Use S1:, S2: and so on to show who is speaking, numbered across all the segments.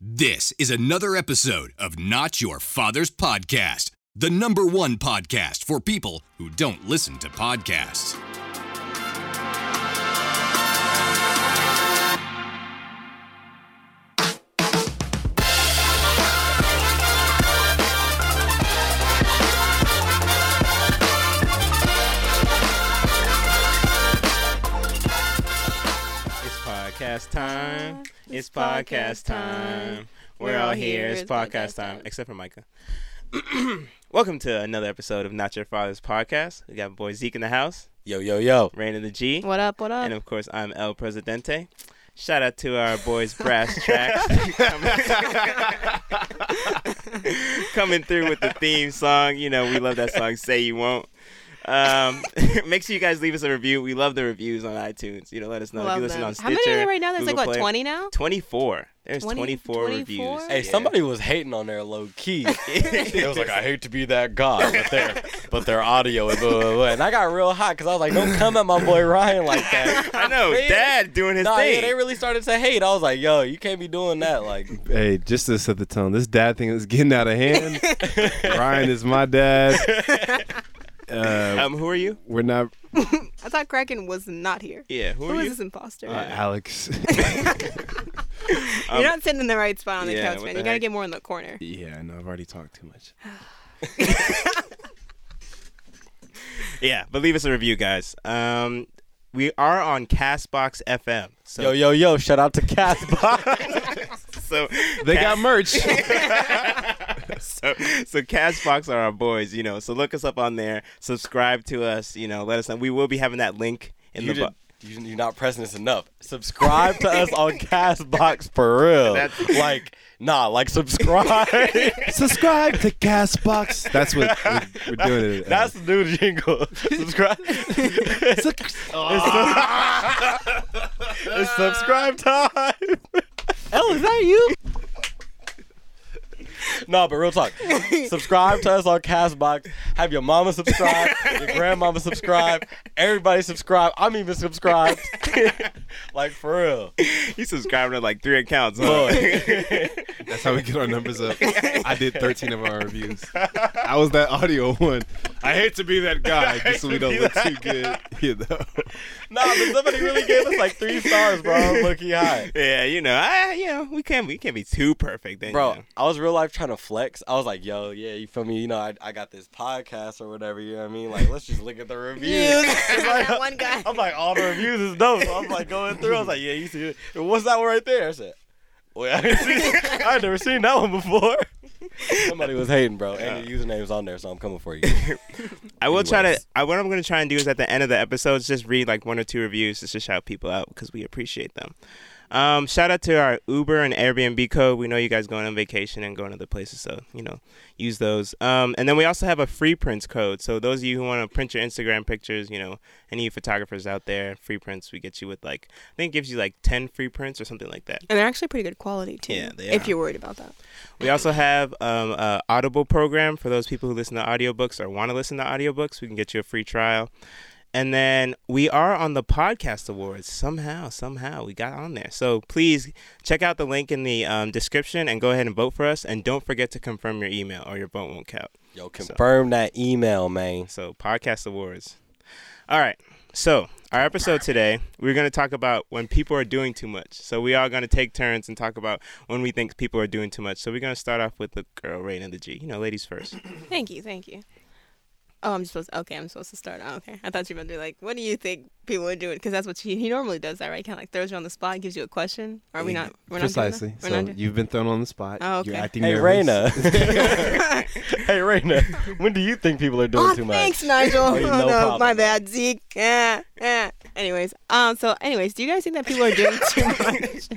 S1: This is another episode of Not Your Father's Podcast, the number one podcast for people who don't listen to podcasts.
S2: It's podcast time. It's podcast time. We're all here. It's podcast time, except for Micah. Welcome to another episode of Not Your Father's Podcast. We got boy Zeke in the house,
S3: Yo, yo, yo.
S2: Rain the G,
S4: What up? What up?
S2: and of course I'm El Presidente. Shout out to our boys Brass Tracks coming, coming through with the theme song. You know we love that song. Say you won't. Um, make sure you guys leave us a review. We love the reviews on iTunes. You know, let us know if
S4: Love
S2: you listen
S4: them.
S2: on
S4: How
S2: Stitcher.
S4: many are there right now? There's like
S2: Google
S4: what
S2: Play.
S4: 20 now.
S2: 24. There's
S4: 20
S2: 24,
S4: 24?
S2: reviews.
S3: Hey,
S2: Yeah.
S3: somebody was hating on there low key. it was like, I hate to be that guy, but their, but their audio and blah, blah, blah. And I got real hot because I was like, don't come at my boy Ryan like that.
S2: I know,
S3: Man.
S2: Dad doing his
S3: Nah, yeah,
S2: thing.
S3: they really started to hate. I was like, yo, you can't be doing that. Like,
S5: hey, just to set the tone, this dad thing is getting out of hand. Ryan is my dad. Uh,
S2: um, who are you?
S5: we're not
S4: I thought Kraken was not here.
S2: Yeah, who
S4: Who
S2: are
S4: is
S2: you?
S4: this imposter?
S5: uh, Alex.
S2: Um,
S4: You're not sitting in the right spot on the
S2: yeah,
S4: couch,
S2: what
S4: man.
S2: the
S4: You gotta
S2: heck?
S4: get more in the corner.
S5: yeah, no, I've already talked too much.
S2: Yeah, but leave us a review, guys. Um, we are on Castbox FM. So,
S3: yo, yo, yo, shout out to Castbox.
S2: so
S5: They got merch.
S2: so so Castbox are our boys, you know. So look us up on there. Subscribe to us, you know. Let us know. We will be having that link in
S3: you
S2: the.
S3: did,
S2: bu-
S3: you, you're not pressing this enough. Subscribe to us on Castbox for real.
S2: That's-
S3: like, nah, like, subscribe.
S5: Subscribe to Castbox. That's what we're, we're doing. It.
S3: That's the new jingle. Subscribe. it's, sub- it's subscribe time. El, Oh, is that you? No, but real talk. subscribe to us on Castbox. Have your mama subscribe. your grandmama subscribe. Everybody subscribe. I'm even subscribed. like for real.
S2: you subscribed to like three accounts. huh?
S3: Boy.
S5: That's how we get our numbers up. I did 13 of our reviews. I was that audio one. I hate to be that guy, just so we don't look too good, you know.
S3: Nah, but somebody really gave us like three stars, bro. Looky high.
S2: yeah, you know, I, you know, we can't we can't be too perfect, then, you
S3: Bro,
S2: know.
S3: I was real life trying to flex. I was like, yo, yeah, you feel me? You know, I, I got this podcast or whatever, you know what I mean? Like, let's just look at the reviews. It's like-
S4: That one guy.
S3: I'm like, all the reviews is dope. So I'm like going through. I was like, yeah, you see it. And What's that one right there? I said, wait, I didn't see I had never seen that one before. Somebody was hating, bro. And your username's on there, so I'm coming for you.
S2: I will try to.
S3: Anyways.
S2: I, what I'm going to try and do is at the end of the episodes, just read like one or two reviews just to shout people out because we appreciate them. Um, shout out to our Uber and Airbnb code. We know you guys going on vacation and going other places, so you know use those. Um, and then we also have a free prints code. So those of you who want to print your Instagram pictures, you know, any photographers out there, free prints we get you with like I think it gives you like ten free prints or something like that.
S4: And they're actually pretty good quality too.
S2: Yeah, they
S4: If
S2: are.
S4: you're worried about that.
S2: We also have um, a Audible program for those people who listen to audiobooks or want to listen to audiobooks. We can get you a free trial. And then we are on the podcast awards somehow, somehow we got on there. So please check out the link in the um, description and go ahead and vote for us. And don't forget to confirm your email or your vote won't count.
S3: Yo, confirm that email, man.
S2: So podcast awards. All right. So our episode today, we're going to talk about when people are doing too much. So we are going to take turns and talk about when we think people are doing too much. So we're going to start off with the girl right and the G. You know, ladies first.
S4: Thank you, thank you. Oh, I'm supposed. okay, I'm supposed to start. Oh, okay, I thought you were gonna do like, what do you think people are doing? Because that's what he, he normally does. That right? Kind of like throws you on the spot, gives you a question. Are we not? We're
S5: Precisely.
S4: Not doing that? We're
S5: so
S4: not doing-
S5: you've been thrown on the spot.
S4: Oh, okay.
S5: You're acting
S3: Hey,
S5: nervous.
S3: Raina. hey, Raina. When do you think people are doing
S4: Oh,
S3: too much?
S4: thanks, Nigel.
S3: Oh,
S4: oh,
S3: you-
S4: no,
S3: no problem.
S4: my bad, Zeke. Eh, eh. Anyways, um, so anyways, do you guys think that people are doing too much?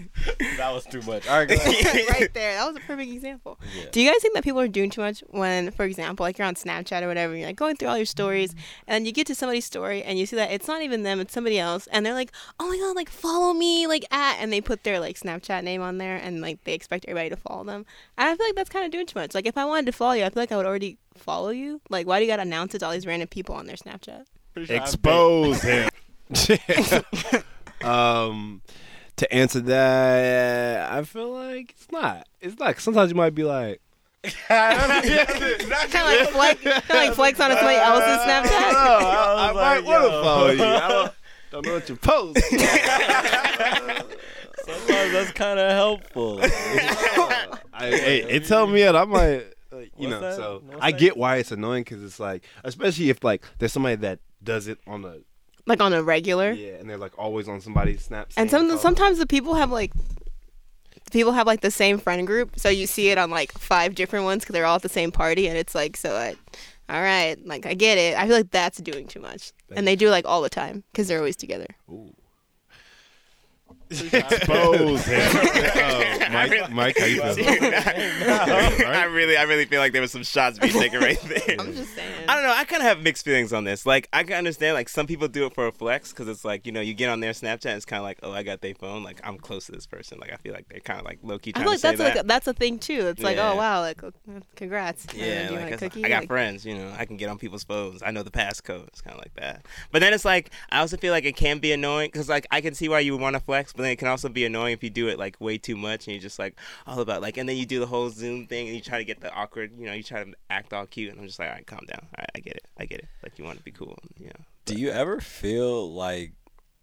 S3: That was too much. All right, go ahead.
S4: right there, that was a perfect example.
S3: Yeah.
S4: Do you guys think that people are doing too much when, for example, like you're on Snapchat or whatever, and you're like going through all your stories, and then you get to somebody's story and you see that it's not even them, it's somebody else, and they're like, oh my god, like follow me, like at, and they put their like Snapchat name on there, and like they expect everybody to follow them. And I feel like that's kind of doing too much. Like if I wanted to follow you, I feel like I would already follow you. Like why do you gotta announce it to all these random people on their Snapchat?
S3: Pretty sure I'm big.
S5: Expose him. um, to answer that, I feel like it's not. It's not. 'Cause Sometimes you might be like,
S4: Kind of like flex, kind of like flex on somebody else's Snapchat.
S5: I,
S2: I was
S5: might
S2: like,
S5: want to
S2: yo.
S5: follow you. I don't, don't know what you post.
S3: Sometimes that's kind of helpful.
S5: I, hey, it tell me it. I'm like, like, uh, you
S3: What's
S5: know.
S3: that?
S5: So
S3: What's
S5: I
S3: that?
S5: get why it's annoying because it's like, especially if like there's somebody that does it on a
S4: Like on a regular.
S5: yeah, and they're like always on somebody's snap.
S4: And
S5: same
S4: some
S5: photo.
S4: sometimes the people have like the people have like the same friend group, so you see it on like five different ones because they're all at the same party, and it's like so. I, all right, like I get it. I feel like that's doing too much, and they do like all the time because they're always together.
S5: expose him. Oh, Mike, Mike, how you feel?
S2: I really, I really feel like there was some shots being taken right there.
S4: I'm just saying.
S2: I don't know. I kind of have mixed feelings on this. Like, I can understand like some people do it for a flex because it's like you know you get on their Snapchat. it's kind of like oh I got their phone. Like I'm close to this person. Like I feel like they're kind of like low key
S4: I
S2: trying
S4: feel like
S2: to say
S4: that's
S2: that.
S4: like a, that's a thing too. It's like
S2: Yeah.
S4: oh wow, like oh, congrats. Uh,
S2: yeah,
S4: do you
S2: like,
S4: want a
S2: it's like,
S4: cookie?
S2: I got
S4: Like,
S2: friends, you know, I can get on people's phones. I know the passcode. It's kind of like that. But then it's like, I also feel like it can be annoying because, like, I can see why you would want to flex, but then it can also be annoying if you do it, like, way too much and you're just, like, all about, like, and then you do the whole Zoom thing and you try to get the awkward, you know, you try to act all cute. And I'm just like, all right, calm down. All right, I get it. I get it. Like, you want to be cool, you know.
S3: Do you ever feel like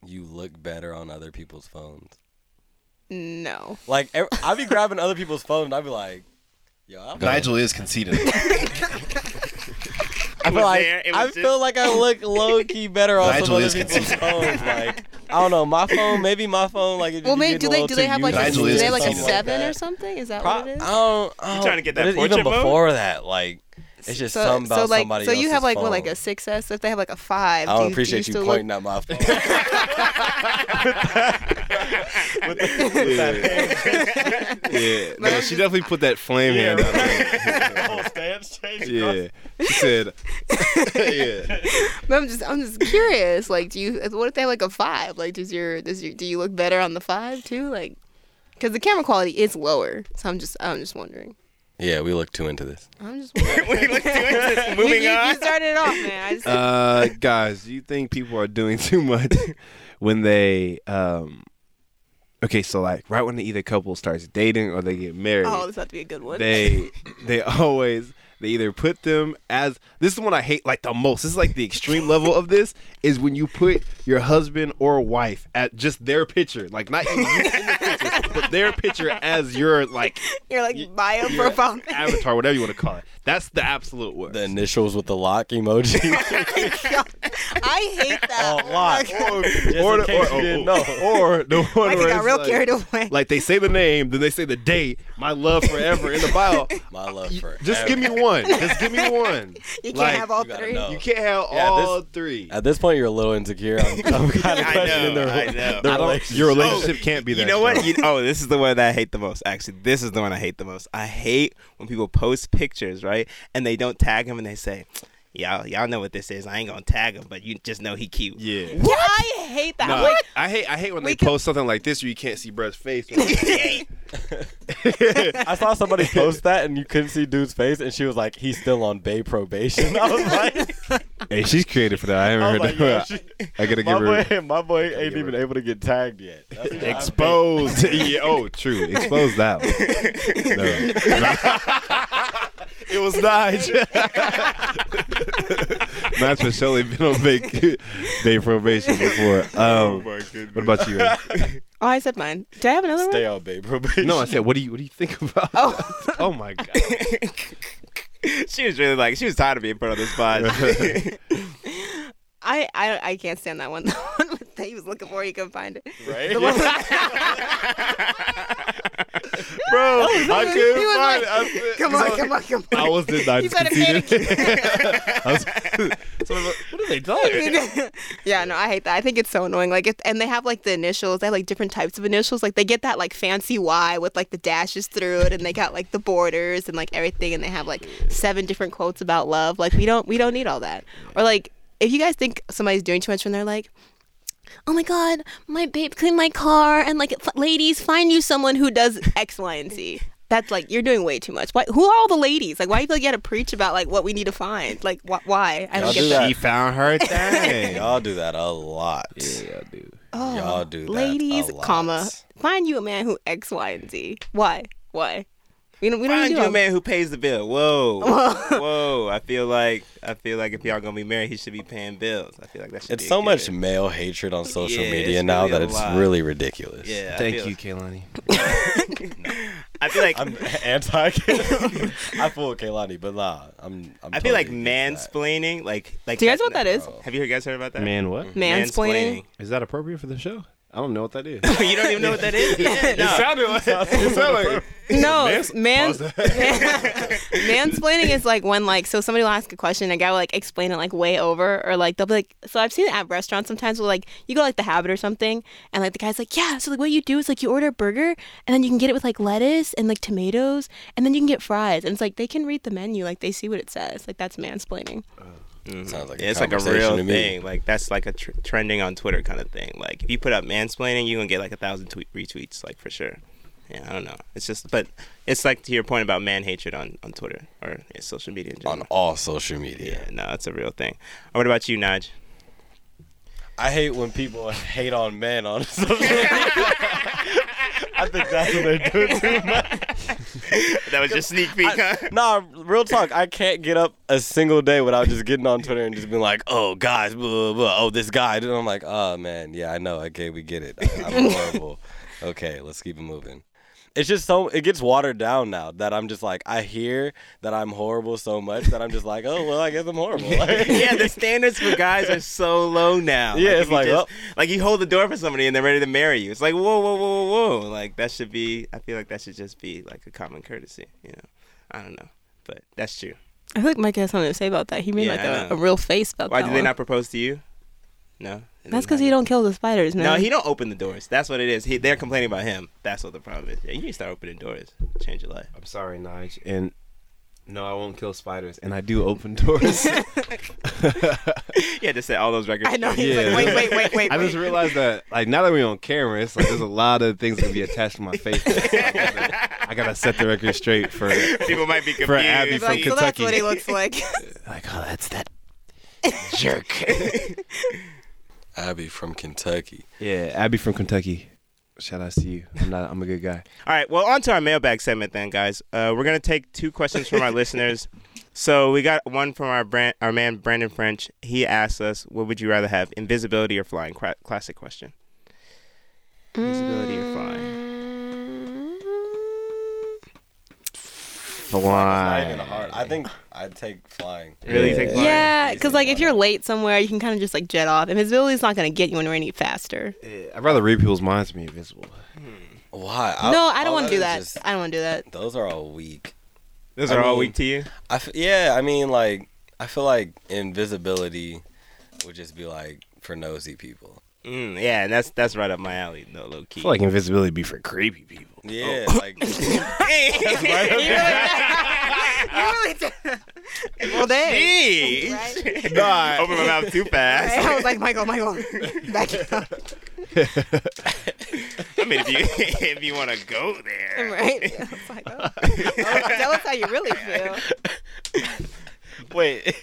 S3: you look better on other people's phones?
S4: No.
S3: Like ev- I be grabbing other people's phones, and I be like, "Yo, I feel,
S6: Nigel is conceited.
S3: I
S2: was
S3: feel like
S2: there, it was
S3: I
S2: just-
S3: feel like I look low key better on
S6: Nigel
S3: some other
S6: is
S3: people's phones." Like I don't know, my phone, maybe my phone. Like it
S4: Well,
S3: be
S4: maybe
S3: getting
S4: do
S3: a
S4: they
S3: little
S4: do they
S3: too
S4: have like
S3: used
S4: a,
S6: Nigel
S4: do
S6: is
S4: they have like a
S6: something like
S4: seven or
S3: that.
S4: something? Is that
S3: Pro-
S4: what it is?
S3: I don't. I don't
S2: trying to get that
S3: but
S2: portrait
S3: even
S2: mode?
S3: before that, like it's just something about
S4: so like
S3: somebody
S4: so you
S3: else's
S4: have like what like
S3: phone.
S4: a six S if they have like a five.
S3: I
S4: do
S3: don't
S4: you,
S3: appreciate
S4: do you,
S3: you,
S4: still
S3: pointing
S4: look,
S3: at my phone.
S5: Yeah, no, she definitely put that flame hand out. There. yeah, she said, yeah.
S4: But I'm just I'm just curious. Like, do you what if they have like a five? Like, does your does your do you look better on the five too? Like, because the camera quality is lower. So I'm just I'm just wondering.
S3: yeah, we look too into this.
S4: I'm just wondering.
S2: we look doing this.
S4: you,
S2: Moving
S4: you,
S2: on.
S4: you started it off, man. I just
S5: Uh, guys, do you think people are doing too much when they um? Okay, so like right when the either couple starts dating or they get married,
S4: oh, this about to be a good one.
S5: they they always they either put them as this is what I hate like the most. This is like the extreme level of this is when you put your husband or wife at just their picture, like not even you in the picture, but their picture as your like
S4: You're like bio profile.
S5: avatar, whatever you want to call it. That's the absolute worst.
S3: The initials with the lock emoji.
S4: I hate that.
S3: Oh, why?
S4: Like,
S5: or,
S3: in
S5: the-
S3: case you didn't know.
S5: or the one
S4: Mike
S5: where
S4: got
S5: it's
S4: real
S5: like,
S4: carried away.
S5: like they say the name, then they say the date, my love forever in the bio.
S3: my love for
S5: Just give me one. Just give me one.
S4: you can't
S5: like,
S4: have all
S3: you gotta
S4: three.
S3: know.
S5: You can't have
S3: Yeah,
S5: all three.
S3: At this point, you're a little insecure. I'm, I'm kind of
S2: I
S3: questioning
S2: know,
S3: the,
S2: I know.
S3: the
S2: I
S3: relationship.
S5: Your relationship can't be that.
S2: Oh, You know what?
S5: strong.
S2: You, oh, this is the one that I hate the most. Actually, this is the one I hate the most. I hate when people post pictures, right, and they don't tag him, and they say, "Y'all, y'all know what this is. I ain't gonna tag him, but you just know he cute."
S5: yeah.
S4: Yeah, I hate that.
S5: Nah,
S4: I'm like,
S5: I hate I hate when they
S4: can-
S5: post something like this where you can't see Brett's face.
S3: I saw somebody post that and you couldn't see dude's face, and she was like, "He's still on bay probation." I was like, "Oh
S5: hey, she's creative for that. I
S3: I
S2: Oh
S3: was
S5: haven't
S3: like, yo, she-
S5: I gotta
S3: my boy, my boy ain't even able to get tagged yet. That's what I-
S5: exposed. yeah, oh, true. Expose that. One. it was Nigel. Not for Shelly been on vac- day probation before.
S2: Oh
S5: Um, what about you?
S4: oh, I said mine. Do I have another
S3: Stay
S4: one?
S3: on bay probation.
S5: No, I said, what do you what do you think about?
S4: Oh.
S5: that? oh my god.
S2: she was really like, she was tired of being put on the spot.
S4: I, I I can't stand that one. The one that he was looking for, he couldn't find it.
S3: right?
S5: bro.
S4: Oh,
S5: I
S4: was-
S5: couldn't
S4: he was like,
S5: find it. I said-
S4: Come on, come on, come on.
S5: I was the
S4: He's
S5: Niners
S4: out of panic.
S5: I was- so I'm like, what are they doing?
S4: yeah, no, I hate that. I think it's so annoying. Like, if, and they have like the initials. They have like different types of initials. Like, they get that like fancy Y with like the dashes through it, and they got like the borders and like everything, and they have like seven different quotes about love. Like, we don't we don't need all that. Or like, if you guys think somebody's doing too much when they're like. Oh my God, my babe cleaned my car, and like, f- ladies, find you someone who does X, Y, and Z. That's like you're doing way too much. Why? Who are all the ladies? Like, why do you feel like you got to preach about like what we need to find? Like, wh- why? I
S3: Y'all
S4: don't get
S3: do
S4: that.
S3: that.
S5: found her thing.
S3: Y'all do that a lot.
S5: yeah, dude.
S4: Oh,
S3: Y'all do that a
S4: ladies,
S3: lot.
S4: comma, find you a man who X, Y, and Z. Why? Why? We don't. We don't
S2: Find
S4: do
S2: you a
S4: all-
S2: man who pays the bill. Whoa, whoa! I feel like I feel like if y'all gonna be married, he should be paying bills. I feel like that should.
S3: It's
S2: be a
S3: so much
S2: given.
S3: male hatred on social
S2: Yeah,
S3: media
S2: it's
S3: now
S2: really
S3: that
S2: a
S3: it's
S2: lot.
S3: really ridiculous.
S2: Yeah. I
S5: Thank
S2: feel-
S5: you, Kaylani.
S2: I feel like
S3: I'm anti Kaylani. I fool with Kaylani, but nah, I'm. I'm
S2: I feel like
S3: totally against that.
S2: mansplaining, like like.
S4: Do you guys know what that is?
S2: Have you heard- guys heard about that?
S5: Man, what?
S4: Mm-hmm. Mansplaining.
S5: Is that appropriate for the show? I don't know what that is.
S2: Mansplaining. you don't even know what that is. Yeah, no.
S5: sounded like. It sounded like.
S4: No,
S5: Mans-
S4: man,
S5: Pause
S4: mansplaining is like when like so somebody will ask a question, and a guy will like explain it like way over, or like they'll be like. So I've seen it at restaurants sometimes where like you go like the habit or something, and like the guy's like, yeah. So like what you do is like you order a burger, and then you can get it with like lettuce and like tomatoes, and then you can get fries, and it's like they can read the menu, like they see what it says, like that's mansplaining.
S3: Sounds like
S2: Yeah,
S3: a
S2: it's like a
S3: conversation
S2: real
S3: to me.
S2: thing. Like that's like a tr- trending on Twitter kind of thing. Like if you put up mansplaining, you're gonna get like a thousand tweet retweets, like for sure. Yeah, I don't know. It's just, but it's like to your point about man hatred on on Twitter or yeah, social media in
S3: on
S2: general.
S3: all social media.
S2: yeah, no, it's a real thing. Uh, What about you, Naj?
S3: I hate when people hate on men on social media. I think that's what they're doing too much.
S2: That was just sneak peek. huh?
S3: Nah, real talk. I can't get up a single day without just getting on Twitter and just being like, "Oh, guys, blah, blah, blah. oh, this guy." And I'm like, "Oh man, yeah, I know. Okay, we get it. I, I'm horrible. okay, let's keep it moving." It's just so it gets watered down now that I'm just like I hear that I'm horrible so much that I'm just like, "Oh well, I guess I'm horrible." Like,
S2: yeah, the standards for guys are so low now.
S3: Yeah,
S2: if
S3: it's
S2: you
S3: like,
S2: just-
S3: oh.
S2: like you hold the door for somebody and they're ready to marry you. It's like whoa, whoa, whoa, whoa, whoa. Like that should be. I feel like that should just be like a common courtesy. You know, I don't know, but that's true.
S4: I feel like Mike has something to say about that. He made
S2: Yeah, I
S4: like a,
S2: know.
S4: a real face about
S2: Why
S4: that.
S2: do they
S4: one.
S2: not propose to you? No.
S4: That's because he don't kill the spiders, man.
S2: No, he don't open the doors. That's what it is. He, they're complaining about him. That's what the problem is. Yeah, you need to start opening doors. Change your life.
S5: I'm sorry, Nige. And no, I won't kill spiders. And I do open doors.
S2: You had to set all those records.
S4: I know.
S2: straight.
S4: He's
S5: Yeah.
S4: like, wait, wait, wait, wait.
S5: I just
S4: wait.
S5: realized that, like, now that we're on camera, it's like there's a lot of things gonna be attached to my face. I gotta, I gotta set the record straight for.
S2: People might be confused.
S5: For Abby
S4: He's
S5: from
S4: like, so that's
S5: Kentucky.
S4: what he looks like.
S5: Like, oh, that's that jerk.
S3: Abby from Kentucky.
S5: yeah, Abby from Kentucky. Shout outs to you. I'm not. I'm a good guy.
S2: All right. Well, on to our mailbag segment then, guys. Uh, we're gonna take two questions from our listeners. So we got one from our brand, our man Brandon French. He asked us, "What would you rather have, invisibility or flying?" Cra- classic question. Invisibility or flying?
S3: Not
S5: Fly.
S3: even hard. I think I'd take flying.
S2: Really take flying?
S4: Mm. yeah,
S3: Easy
S4: because like if
S3: one.
S4: you're late somewhere, you can kind of just like jet off. Invisibility's not gonna get you anywhere any faster.
S5: Yeah, I'd rather read people's minds than be invisible.
S3: Why?
S4: no, I don't
S3: Oh, all
S4: want to do
S3: is
S4: that.
S3: just-
S4: I don't want to do that.
S3: those are all weak.
S2: Those
S3: I
S2: are all
S3: mean-
S2: weak to you.
S3: I f- yeah, I mean, like, I feel like invisibility would just be like for nosy people.
S2: Mm, yeah, and that's that's right up my alley, though, low key.
S5: I feel like invisibility be for creepy people.
S3: Yeah,
S2: Oh.
S3: like,
S4: You really- you really did. well, dang.
S2: Jeez.
S4: Right?
S2: Open my mouth too fast.
S4: I was like, Michael, Michael, back it up.
S2: I mean, if you if you want to go there,
S4: Right? I was like, oh. oh, tell us how you really feel.
S3: wait,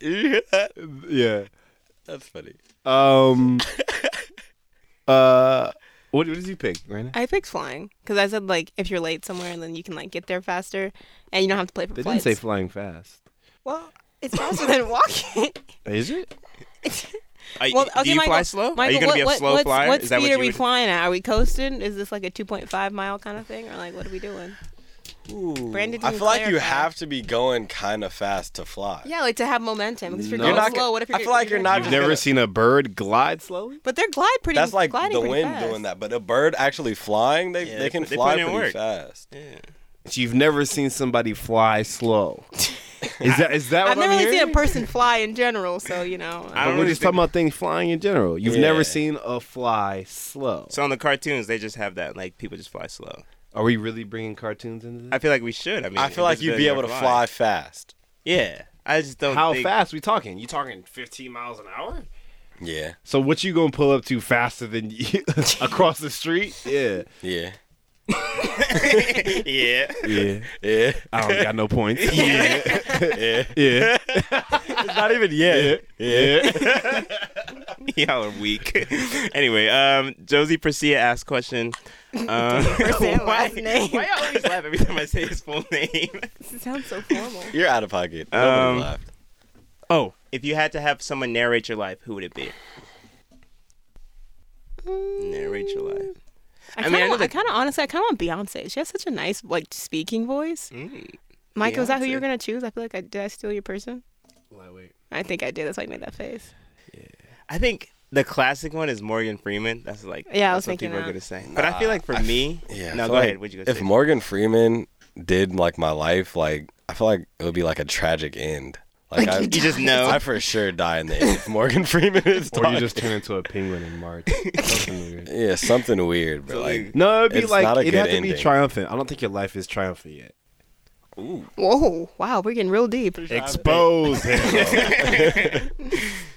S3: you hear that?
S5: Yeah.
S3: That's funny.
S5: Um. uh. What, what did you pick, Brandon?
S4: I picked flying because I said like if you're late somewhere and then you can like get there faster and you don't have to play for
S5: They didn't
S4: flights.
S5: say flying fast.
S4: well, it's faster than walking.
S5: Is it?
S2: Are you-
S4: well,
S2: do
S4: okay,
S2: you
S4: Michael,
S2: fly slow?
S4: Michael,
S2: are you gonna
S4: what,
S2: be a
S4: what-
S2: slow
S4: what's-
S2: flyer?
S4: What
S2: Is that
S4: speed
S2: what
S4: are
S2: you
S4: we
S2: would-
S4: flying at? Are we coasting? Is this like a 2.5 mile kind of thing, or like what are we doing? Brandon,
S3: I
S4: didn't
S3: feel like you
S4: clarify.
S3: have to be going kind of fast to fly.
S4: Yeah, like to have momentum. Because if you're
S5: No.
S4: going
S5: You're
S3: not
S4: slow,
S3: gonna-
S4: what if
S3: I
S4: you're
S3: feel like you're not
S5: I've
S3: Just
S5: never
S3: gotta-
S5: seen a bird glide slowly.
S4: But they're glide pretty.
S3: That's like
S4: gliding
S3: the
S4: pretty
S3: wind
S4: fast.
S3: doing that, but a bird actually flying, they,
S2: Yeah,
S3: they can
S2: they put
S3: fly
S2: in
S3: pretty
S2: work.
S3: fast.
S5: You've never seen somebody fly slow. Is that is that
S4: I've
S5: what
S4: never
S5: I'm
S4: really seen
S5: hearing?
S4: a person fly in general, so you know.
S2: I don't
S5: But we're
S2: really
S5: just
S2: think-
S5: talking about things flying in general. You've
S3: Yeah.
S5: never seen a fly slow.
S2: So on the cartoons, they just have that like people just fly slow.
S5: Are we really bringing cartoons into
S2: I
S5: this?
S2: feel like we should. I mean,
S3: I feel like you'd be able to fly,
S2: invisibility or
S3: fast.
S2: Yeah, I just don't.
S5: How
S2: think-
S5: fast we talking? You talking 15 miles an hour?
S3: Yeah,
S5: So what you gonna pull up to faster than you across the street? Yeah,
S3: yeah,
S2: Yeah.
S5: yeah.
S3: yeah.
S5: I don't got no points. Yeah, yeah, yeah.
S3: Not even yet.
S5: yeah.
S2: Y'all are weak. anyway, um, Josie Persia asked question. Um,
S4: First and last name.
S2: why y'all always laugh every time I say his full name?
S4: This sounds so formal.
S3: You're out of pocket.
S2: Um,
S3: Nobody laughed.
S2: Oh, if you had to have someone narrate your life, who would it be? Narrate your life.
S4: I
S2: mean,
S4: kind
S2: I
S4: of,
S2: know
S4: I
S2: that-
S4: kind of honestly, I kind of want Beyonce. She has such a nice like speaking voice. Mike, was that who you were
S2: Mm. Beyonce.
S4: gonna choose? I feel like I did. I steal your person.
S5: Lightweight.
S4: I think I did. That's why I made that face.
S2: I think the classic one is Morgan Freeman. That's like
S4: Yeah, I
S2: that's
S4: was
S2: what
S4: thinking
S2: people are
S4: that.
S2: gonna say. But I feel like for me,
S3: Yeah. I
S2: no,
S3: feel
S2: go
S3: like
S2: ahead. What you gonna
S3: If
S2: say?
S3: Morgan Freeman did like my life, like I feel like it would be like a tragic end. Like I,
S2: you just know.
S3: I for sure die in the end. If Morgan Freeman is
S5: Or you
S3: talking.
S5: just turn into a penguin in March. Something weird.
S3: yeah, something weird, but like
S5: No, it'd be
S3: It's
S5: like
S3: not a
S5: it'd
S3: good
S5: have to be
S3: ending.
S5: triumphant. I don't think your life is triumphant yet.
S4: Whoa! Wow, we're getting real deep.
S5: Expose him.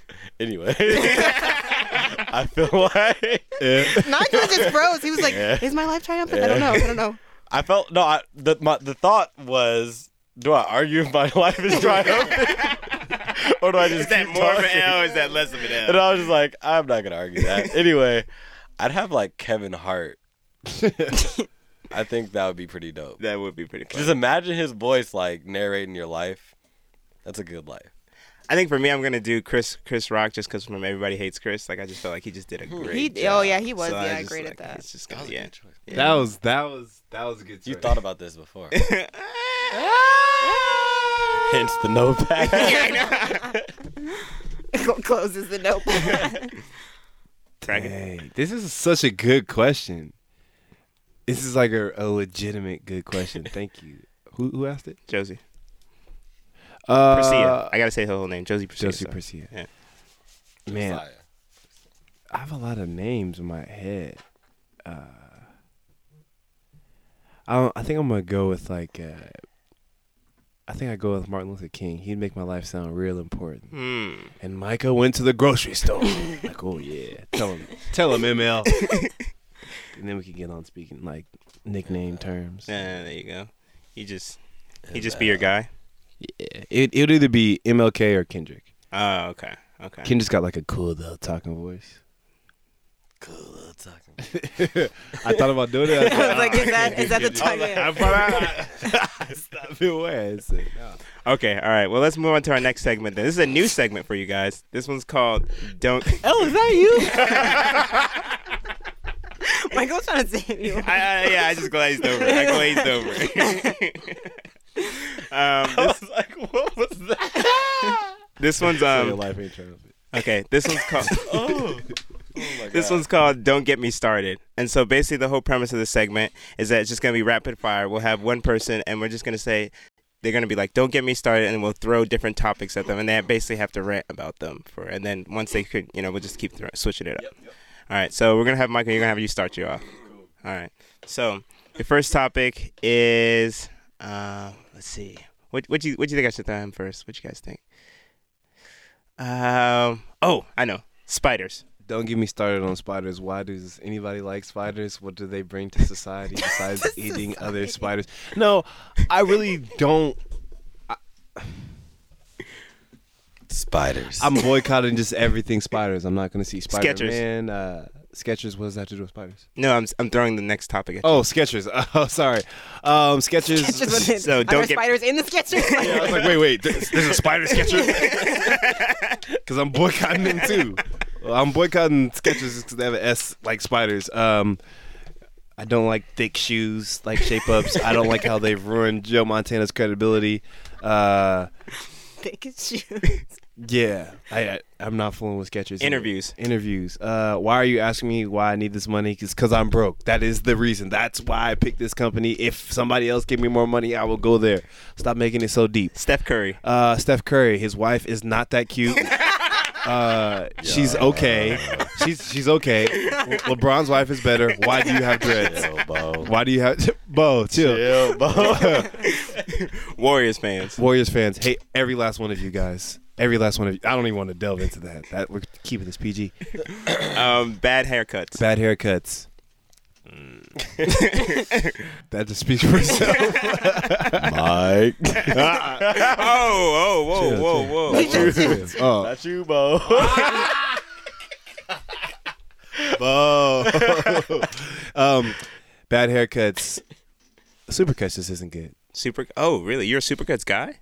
S3: anyway. I feel like
S4: Not because just froze. He was like, "Is my life triumphant? I don't know. I don't know."
S3: I felt no. I, the my, the thought was, do I argue if my life is triumphant, or do I just
S2: is that
S3: keep
S2: more of an
S3: talking?
S2: L or is that less of an L?
S3: And I was just like, I'm not gonna argue that. anyway, I'd have like Kevin Hart. I think that would be pretty dope.
S2: That would be pretty funny.
S3: Just imagine his voice like narrating your life. That's a good life.
S2: I think for me, I'm gonna do Chris Chris Rock just because from Everybody Hates Chris. Like I just felt like Hmm. he just did a great.
S4: He,
S2: job.
S4: oh yeah, he was.
S2: So
S4: yeah, I
S2: just,
S4: agreed
S2: like,
S4: at that.
S2: It's just gonna, yeah.
S5: That was that was that was a good.
S3: You
S5: choice.
S3: thought about this before. Hence the no pass.
S2: "Ah!"
S4: Closes the notebook.
S5: Dang, this is such a good question. This is like a, a legitimate good question. Thank you. Who who asked it?
S2: Josie
S5: Uh,
S2: Persia. I gotta say her whole name, Josie Persia.
S5: Josie
S2: sorry.
S5: Persia.
S2: Yeah.
S5: Man, I have a lot of names in my head. Uh, I don't, I think I'm gonna go with like. Uh, I think I go with Martin Luther King. He'd make my life sound real important.
S2: Hmm.
S5: And Micah went to the grocery store. like, oh yeah, tell him, tell him, ML. and then we could get on speaking like nickname terms.
S2: Yeah, there you go. He just he just be your guy.
S5: Yeah, it it'd either be MLK or Kendrick.
S2: Oh, okay, okay.
S5: Kendrick's got like a cool little talking voice.
S3: Cool talking.
S5: I thought about doing it.
S4: I was like, "Is that is that the time?"
S5: Stop it! What I said.
S2: okay, all right. Well, let's move on to our next segment. Then this is a new segment for you guys. This one's called "Don't."
S4: Oh, is that you? Michael's trying to save you.
S2: I, I, yeah, I just glazed over. I glazed over. um, this,
S3: like, what was that?
S2: this one's
S5: your
S2: um
S5: life ain't triumphant.
S2: okay. This one's called.
S3: oh. Oh my
S2: This
S3: God.
S2: one's called Don't Get Me Started. And so basically the whole premise of this segment is that it's just going to be rapid fire. We'll have one person and we're just going to say they're going to be like don't get me started and we'll throw different topics at them and they basically have to rant about them for and then once they could, you know, we'll just keep throw, switching it up. All right. So we're going to have Michael, you're going to have you start you off. All right. So the first topic is uh let's see. What what do you what do you think I should throw in first? What you guys think? Um oh, I know. Spiders.
S5: Don't get me started on spiders. Why does anybody like spiders? What do they bring to society besides eating other spiders? No, I really don't.
S3: spiders.
S5: I'm boycotting just everything spiders. I'm not going to see Spider
S2: Skechers.
S5: Man. Uh, Skechers. What does that have to do with spiders?
S2: No, I'm I'm throwing the next topic. At you.
S5: Oh, Skechers. Oh, sorry. Um, Skechers.
S4: It's just what it-
S2: So
S4: are
S2: don't
S4: there
S2: get-
S4: spiders in the sketches.
S5: I was like, wait, wait. There's, there's a spider Skechers. Because I'm boycotting them too. Well, I'm boycotting Skechers because they have an S like spiders. Um, I don't like thick shoes, like shape ups. I don't like how they've ruined Joe Montana's credibility. Uh,
S4: Thick as shoes.
S5: Yeah, I I- I'm not fooling with sketches.
S2: Interviews.
S5: Interviews. Uh, why are you asking me why I need this money? Because because I'm broke. That is the reason. That's why I picked this company. If somebody else gave me more money, I will go there. Stop making it so deep.
S2: Steph Curry.
S5: Uh, Steph Curry, his wife is not that cute. Uh, she's okay. She's she's okay. Le- LeBron's wife is better. Why do you have dreads?
S3: Chill, Bo.
S5: Why do you have Bo? Chill.
S3: Chill, Bo.
S2: Warriors fans.
S5: Warriors fans hate every last one of you guys. Every last one of you. I don't even want to delve into that. That we're keeping this PG.
S2: Um, bad haircuts.
S5: Bad haircuts. that just speaks for itself.
S3: Mike.
S2: oh, oh, whoa, whoa, whoa.
S5: oh,
S3: That's you, Bo.
S5: Oh. um, bad haircuts. Supercuts just isn't good.
S2: Super. Oh, really? You're a Supercuts guy?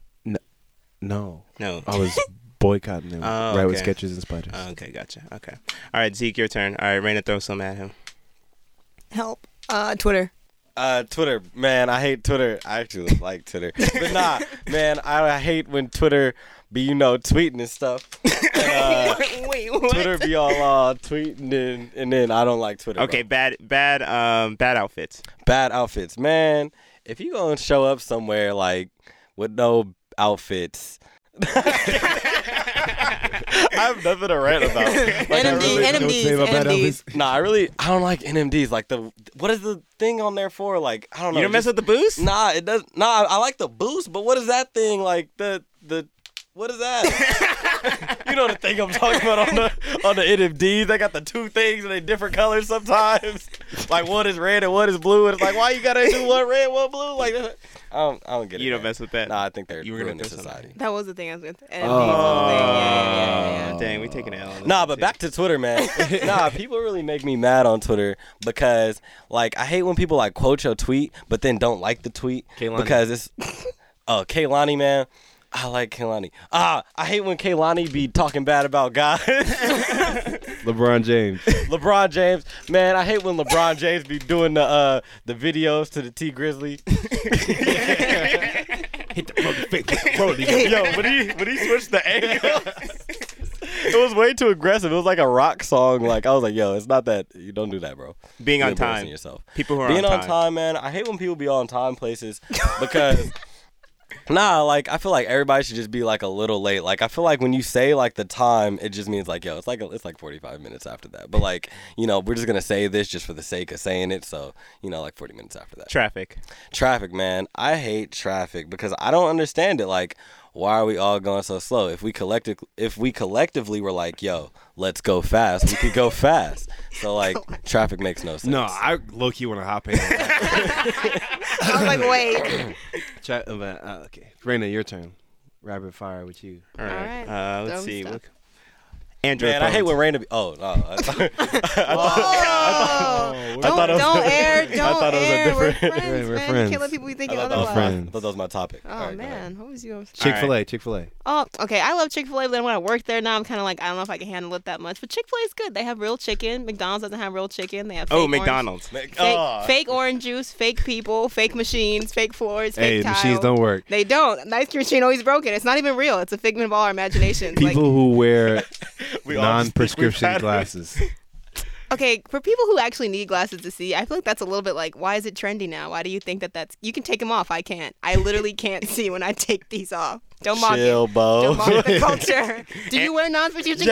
S5: No.
S2: No.
S5: I was boycotting them
S2: Oh,
S5: right with
S2: okay.
S5: sketches and spiders.
S2: Oh, okay, gotcha. Okay. All right, Zeke, your turn. All right, Raina, throw some at him.
S4: Help. Uh, Twitter.
S3: Uh, Twitter, man, I hate Twitter. I actually like Twitter, but nah, man, I hate when Twitter be you know tweeting and uh, stuff.
S4: Wait, what?
S3: Twitter be all uh, tweeting and, and then I don't like Twitter.
S2: Okay,
S3: bro.
S2: bad, bad, um, bad outfits.
S3: bad outfits, man. If you gonna show up somewhere like with no outfits. I have nothing to rant about. Like, I
S4: NMD,
S3: really-
S5: don't say
S4: NMDs,
S5: about bad
S4: NMDs.
S3: Nah, I really I don't like NMDs. Like the what is the thing on there for? Like I don't know.
S2: You don't mess
S3: Oh, just-
S2: with the boost?
S3: Nah, it does. Nah, I- I like the boost, but what is that thing like? The the what is that? you know the thing I'm talking about on the on the NFDs. They got the two things and they different colors sometimes. like one is red and one is blue. And it's like why you gotta do one red, one blue? Like that- I don't I don't get it.
S2: You don't
S3: man.
S2: mess with that.
S3: Nah, I think they're
S2: You
S3: you
S2: were gonna
S3: ruining
S2: throw something.
S3: society.
S4: That was the thing I was with. NMDs.
S2: Oh,
S4: Yeah, yeah, yeah, yeah.
S2: dang, we taking an L. on this
S3: Nah,
S2: one,
S3: but
S2: too.
S3: back to Twitter, man. nah, people really make me mad on Twitter because, like, I hate when people like quote your tweet but then don't like the tweet
S6: Kehlani.
S3: because it's, oh, Kaylani, man. I like Kaylani. Ah, I hate when Kaylani be talking bad about guys.
S5: LeBron James.
S3: LeBron James, man, I hate when LeBron James be doing the uh the videos to the T Grizzly.
S5: Hit the fucking face with the rolling.
S3: Yo, when he when he switched the angle, it was way too aggressive. It was like a rock song. Like I was like, yo, it's not that. You don't do that, bro.
S2: being
S3: You're
S2: on
S3: embarrassing
S2: time.
S3: yourself.
S2: People who are
S3: Being
S2: on
S3: on
S2: time.
S3: time. man. I hate when people be on time places because nah, like I feel like everybody should just be like a little late. Like I feel like when you say like the time, it just means like yo, it's like it's like 45 minutes after that. But like, you know, we're just going to say this just for the sake of saying it, so, you know, like 40 minutes after that.
S2: Traffic.
S3: Traffic, man. I hate traffic because I don't understand it. Like, why are we all going so slow? If we collective, if we collectively were like, "Yo, let's go fast," we could go fast. So like, traffic makes no sense.
S5: No, I low key want to hop in.
S4: I was like, wait.
S5: Chat, uh, uh, okay. Raina, your turn. Rapid fire with you.
S2: All right.
S4: All right.
S2: Uh, let's
S4: Dumb
S2: see.
S4: stuff.
S2: Look. Android.
S3: Man, I hate
S2: phones.
S3: when rain to be. Oh, no. I thought,
S4: Oh,
S3: I thought it
S4: don't,
S3: was-
S4: don't air, don't
S3: thought it was a
S4: air. We're
S3: different-
S4: friends,
S5: Right, we're
S4: man. You
S5: friends.
S4: can't let people be thinking
S3: I thought
S4: otherwise.
S5: was
S3: that
S5: friends.
S3: was- I thought that was my topic.
S4: Oh
S3: All right, go ahead.
S4: man, what was you? gonna say?
S5: Chick fil A, Chick fil A.
S4: Oh, okay. I love Chick Fil A, but then when I work there now, I'm kind of like, I don't know if I can handle it that much. But Chick Fil A is good. They have real chicken. McDonald's doesn't have real chicken. They have fake
S2: Oh,
S4: orange-
S2: McDonald's.
S4: Fake, fake orange juice, fake people, fake machines, fake floors,
S5: Hey,
S4: fake tile.
S5: machines don't work.
S4: They don't. The ice cream machine always broken. It's not even real. It's a figment of all our imaginations.
S5: People
S4: Like,
S5: who wear
S2: all just think we've
S5: non-prescription
S2: had it.
S5: glasses.
S4: okay, for people who actually need glasses to see, I feel like that's a little bit like, why is it trendy now? Why do you think that that's? You can take them off. I can't. I literally can't see when I take these off. Don't mock it.
S3: Chill,
S4: Don't
S3: bo.
S4: mock the culture. Do you wear non-prescription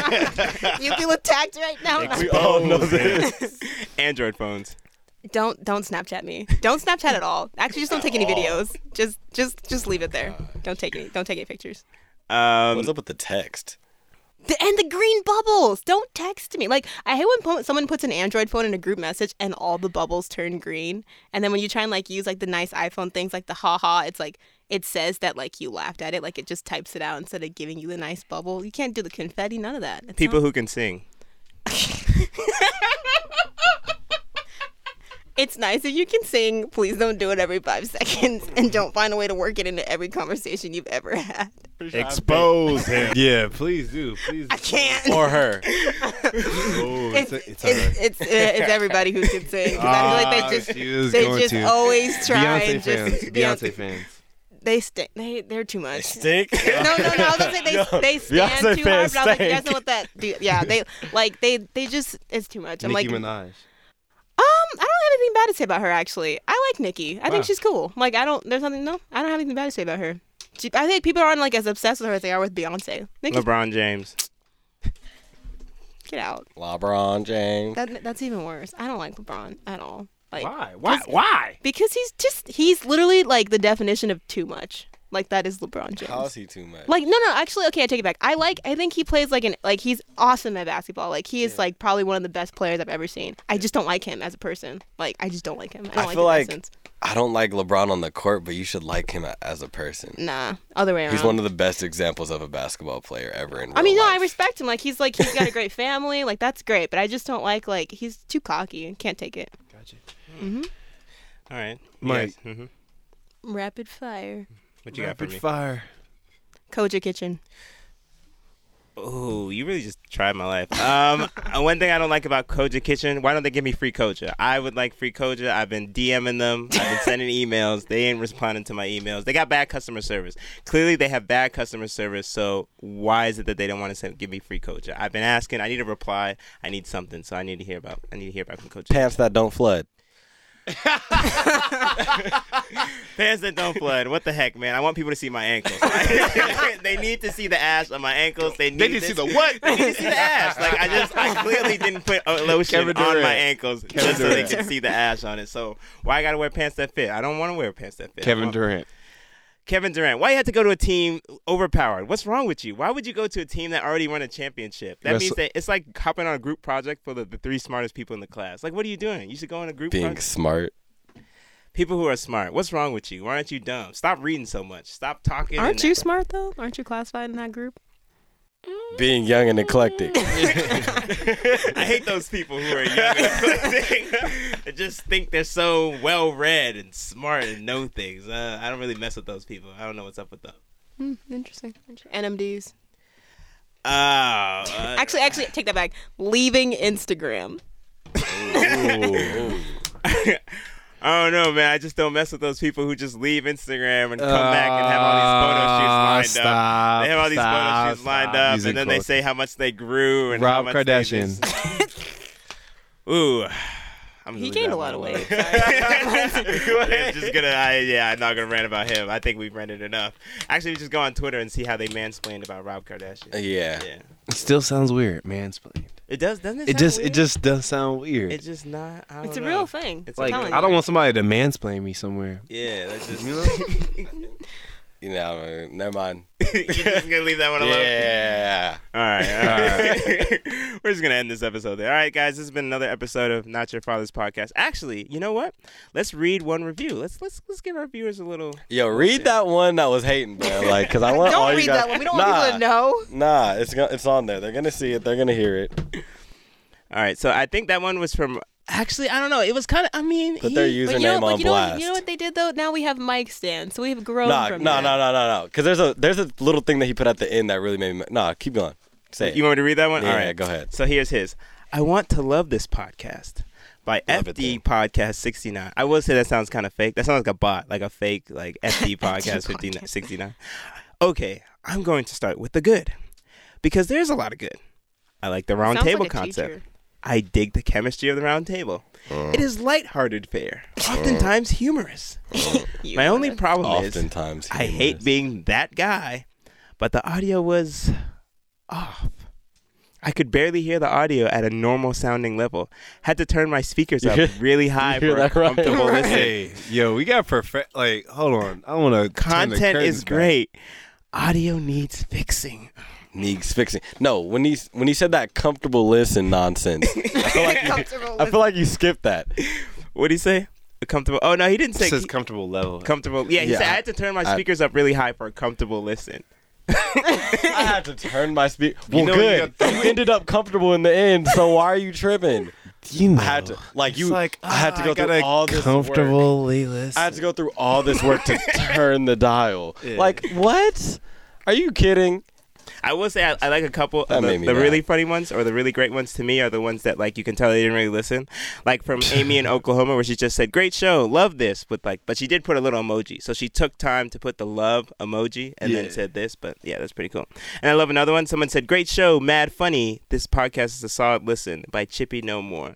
S4: glasses? you feel attacked right now.
S3: We all know this.
S2: Oh, Android phones.
S4: Don't don't Snapchat me. Don't Snapchat at all. Actually, just don't take any videos. Just just just leave it there. Don't take any. Don't take any pictures.
S2: Um,
S3: What's up with the text?
S4: The, and the green bubbles. Don't text me. Like I hate when po- someone puts an Android phone in a group message and all the bubbles turn green. And then when you try and like use like the nice iPhone things like the haha, it's like it says that like you laughed at it. Like it just types it out instead of giving you the nice bubble. You can't do the confetti. None of that. It's
S2: people who can sing.
S4: It's nice if you can sing. Please don't do it every five seconds and don't find a way to work it into every conversation you've ever had.
S5: Expose him. Yeah, please do. Please.
S4: I can't.
S3: Or her.
S5: Oh,
S4: it's,
S5: it's,
S4: it's,
S5: it's,
S4: it's,
S5: all right.
S4: it's, everybody who can sing. 'cause I feel like
S5: Ah,
S4: they just,
S5: she is
S4: they
S5: going
S4: just
S5: to.
S4: always try
S5: Beyonce
S4: and just.
S5: fans. Beyonce fans.
S4: They, st- they, they're too much.
S3: Stink.
S4: no, no, no. I was gonna say they, they stand
S3: Beyonce
S4: too hard,
S3: fans
S4: but I was like, you guys
S3: stink.
S4: know what that? Do, yeah, they like they they just it's too much. I'm
S5: Nicki
S4: like,
S5: Minaj.
S4: Um, I don't have anything bad to say about her actually. I like Nikki. I
S5: Wow.
S4: think she's cool. Like I don't there's nothing no, I don't have anything bad to say about her. She, I think people aren't like as obsessed with her as they are with Beyonce. Nikki,
S2: LeBron James.
S4: get out.
S3: LeBron James.
S4: That that's even worse. I don't like LeBron at all. Like
S5: Why? Why? Why?
S4: because he's just he's literally like the definition of too much. Like that is LeBron James.
S3: How is he too much?
S4: Like no no actually okay I take it back I like I think he plays like an like he's awesome at basketball like he is like probably one of the best players I've ever seen I just don't like him as a person like I just don't like him I don't
S3: I
S4: like
S3: feel
S4: his
S3: like-
S4: essence.
S3: I don't like LeBron on the court, but you should like him a- as a person.
S4: nah other way around
S3: He's one of the best examples of a basketball player ever in real
S4: Um, I mean no
S3: life.
S4: I respect him like he's like he's got a great family like that's great but I just don't like like he's too cocky can't take it
S2: All right,
S5: Mike.
S2: hmm
S4: rapid fire
S2: What you got for me?
S5: fire.
S4: Koja Kitchen
S2: Oh, you really just tried my life. Um, one thing I don't like about Koja Kitchen, why don't they give me free Koja? I would like free Koja. I've been DMing them. I've been sending emails. They ain't responding to my emails. They got bad customer service. Clearly, they have bad customer service. So why is it that they don't want to send, give me free Koja? I've been asking. I need a reply. I need something. So I need to hear about. I need to hear about from Koja.
S3: Pants that don't flood.
S2: Fans that don't flood. What the heck, man? I want people to see my ankles. they need to see the ash on my ankles. They need
S5: They didn't
S2: to
S5: see the what?
S2: They need to see the ash. Like I just, I clearly didn't put uh, lotion
S5: Kevin
S2: on
S5: Durant.
S2: my ankles just so they
S5: Durant.
S2: could see the ash on it. So why I gotta wear pants that fit? I don't want to wear pants that fit. I
S5: Kevin
S2: want-
S5: Durant.
S2: Kevin Durant. Why you had to go to a team overpowered? What's wrong with you? Why would you go to a team that already won a championship? That
S5: That's-
S2: means that it's like hopping on a group project for the, the three smartest people in the class. Like, what are you doing? You should go on a group
S3: Being
S2: project.
S3: smart.
S2: People who are smart, what's wrong with you? Why aren't you dumb? Stop reading so much. Stop talking.
S4: aren't
S2: and-
S4: you smart though aren't you classified in that group
S3: Being young and eclectic.
S2: I hate those people who are young and eclectic. They just think they're so well read and smart and know things. Uh, I don't really mess with those people. I don't know what's up with them.
S4: Hmm, interesting NMDs
S2: Oh, uh,
S4: actually actually take that back leaving Instagram
S2: I don't know, man. I just don't mess with those people who just leave Instagram and come back and have all these photo shoots lined up. They have all these photo shoots lined up, and then they say how much they grew and how
S5: Rob
S2: much they
S5: Kardashian.
S2: just- Ooh, I'm
S4: he
S2: really
S4: gained
S2: not
S4: a lot of
S2: gonna-
S4: weight
S2: yeah, just gonna, I, yeah, I'm not gonna rant about him. I think we've ranted enough. Actually, we just go on Twitter and see how they mansplained about Rob Kardashian.
S3: yeah.
S2: Yeah,
S5: It still sounds weird, mansplained.
S2: it does, doesn't it?
S5: It
S2: sound
S5: just
S2: weird?
S5: it just does sound weird.
S2: it's just not. I don't
S4: it's a
S2: know.
S4: real thing
S2: It's
S4: I'm
S2: like-
S5: like
S4: telling
S5: I
S4: you.
S5: don't want somebody to mansplain me somewhere.
S2: Yeah, that's just.
S5: You
S2: you
S5: know?
S3: You know, uh, never mind.
S2: just gonna leave that one alone.
S3: Yeah.
S2: All right, We're just gonna end this episode there. All right, guys, this has been another episode of Not Your Father's podcast. Actually, you know what? Let's read one review. Let's let's let's give our viewers a little.
S3: Yo, read that one that was hating, bro. Like, cause I want all
S4: don't
S3: you
S4: read
S3: guys-
S4: that one we don't
S3: nah,
S4: want people to know
S3: Nah, it's go- it's on there. They're gonna see it. They're gonna hear it.
S2: All right, so I think that one was from. Actually, I don't know. It was kind of. I mean,
S3: Put their
S2: he-
S3: username
S4: But you know,
S3: on
S4: but you know,
S3: blast.
S4: what, you know what they did though? Now we have mic stands, so we have grown
S3: Nah,
S4: from
S3: nah,
S4: that.
S3: nah, nah, nah, nah. Cause there's a there's a little thing that he put at the end that really made me. Nah, keep going. Say it.
S2: You want me to read that one?
S3: Yeah,
S2: All right,
S3: go ahead.
S2: So here's his. I want to love this podcast by
S3: Love
S2: FD
S3: it then.
S2: Podcast 69. I will say that sounds kind of fake. That sounds like a bot, like a fake like FD Podcast 59, 69. Okay, I'm going to start with the good because there's a lot of good. I like the round
S4: Sounds
S2: table
S4: like a
S2: concept.
S4: teacher.
S2: I dig the chemistry of the round table.
S3: Mm.
S2: It is lighthearted fare, oftentimes humorous.
S4: You
S2: My only
S4: were.
S2: problem is
S3: Oftentimes,
S2: I
S3: humorous.
S2: hate being that guy, but the audio was off. I could barely hear the audio at a normal sounding level. Had to turn my speakers up really high
S3: hear
S2: for a
S3: that right?
S2: comfortable
S3: Right.
S2: listen.
S5: Hey, yo, we got perfect. Like, hold on, I want to.
S2: Content is great. Audio needs fixing.
S3: Needs fixing. No, when he when he said that comfortable listen nonsense, I feel like you, I feel like you skipped that.
S2: What do you say? A comfortable. Oh no, he didn't say
S5: This is
S2: he-
S5: comfortable level.
S2: comfortable. Yeah, he
S3: Yeah,
S2: said I,
S3: I-
S2: had to turn my
S3: I-
S2: speakers up really high for a comfortable listen.
S3: I had to turn my speak. Well,
S5: know you
S3: good. You ended up comfortable in the end, so why are you tripping?
S5: you know,
S3: I had to like you.
S5: It's like
S3: I had to
S5: ah,
S3: go
S5: I
S3: through
S5: gotta
S3: all this work.
S5: comfortable listen.
S3: I had to go through all this work to turn the dial.
S5: Yeah.
S3: Like what? Are you kidding?
S2: I will say I, I like a couple.
S3: That
S2: Of the
S3: made me
S2: the
S3: mad.
S2: really funny ones or the really great ones to me are the ones that like you can tell they didn't really listen. Like from Amy in Oklahoma, where she just said, "Great show, love this," with like, but she did put a little emoji. So she took time to put the love emoji and
S5: Yeah.
S2: then said this. But yeah, that's pretty cool. And I love another one. Someone said, "Great show, mad funny." This podcast is a solid listen by Chippy No More.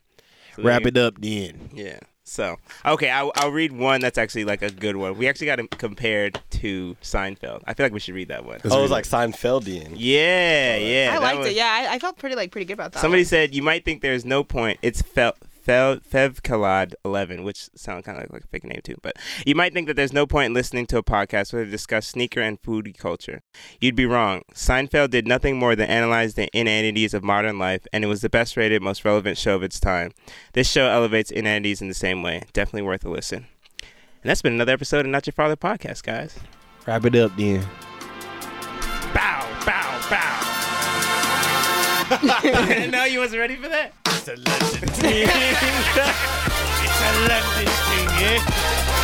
S2: So there
S5: Wrap
S2: you-
S5: it up, then.
S2: Yeah. So okay, I'll, I'll read one that's actually like a good one. We actually got it compared to Seinfeld. I feel like we should read that one.
S5: That's
S3: Oh, it was
S5: really-
S3: like Seinfeldian.
S2: Yeah, yeah.
S4: I
S2: that
S4: liked
S2: one-
S4: it. Yeah, I, I felt pretty like pretty good about that.
S2: Somebody
S4: one.
S2: said you might think there's no point. It's felt Fev Fevkalad eleven, which sound kind of like, a fake name too. But you might think that there's no point in listening to a podcast where they discuss sneaker and foodie culture. You'd be wrong. Seinfeld did nothing more than analyze the inanities of modern life, and it was the best rated, most relevant show of its time. This show elevates inanities in the same way. Definitely worth a listen. And that's been another episode of Not Your Father podcast, guys.
S5: Wrap it up then.
S2: Bow, bow, bow. no, you wasn't ready for that.
S6: It's a London thing. it's a London thing, eh?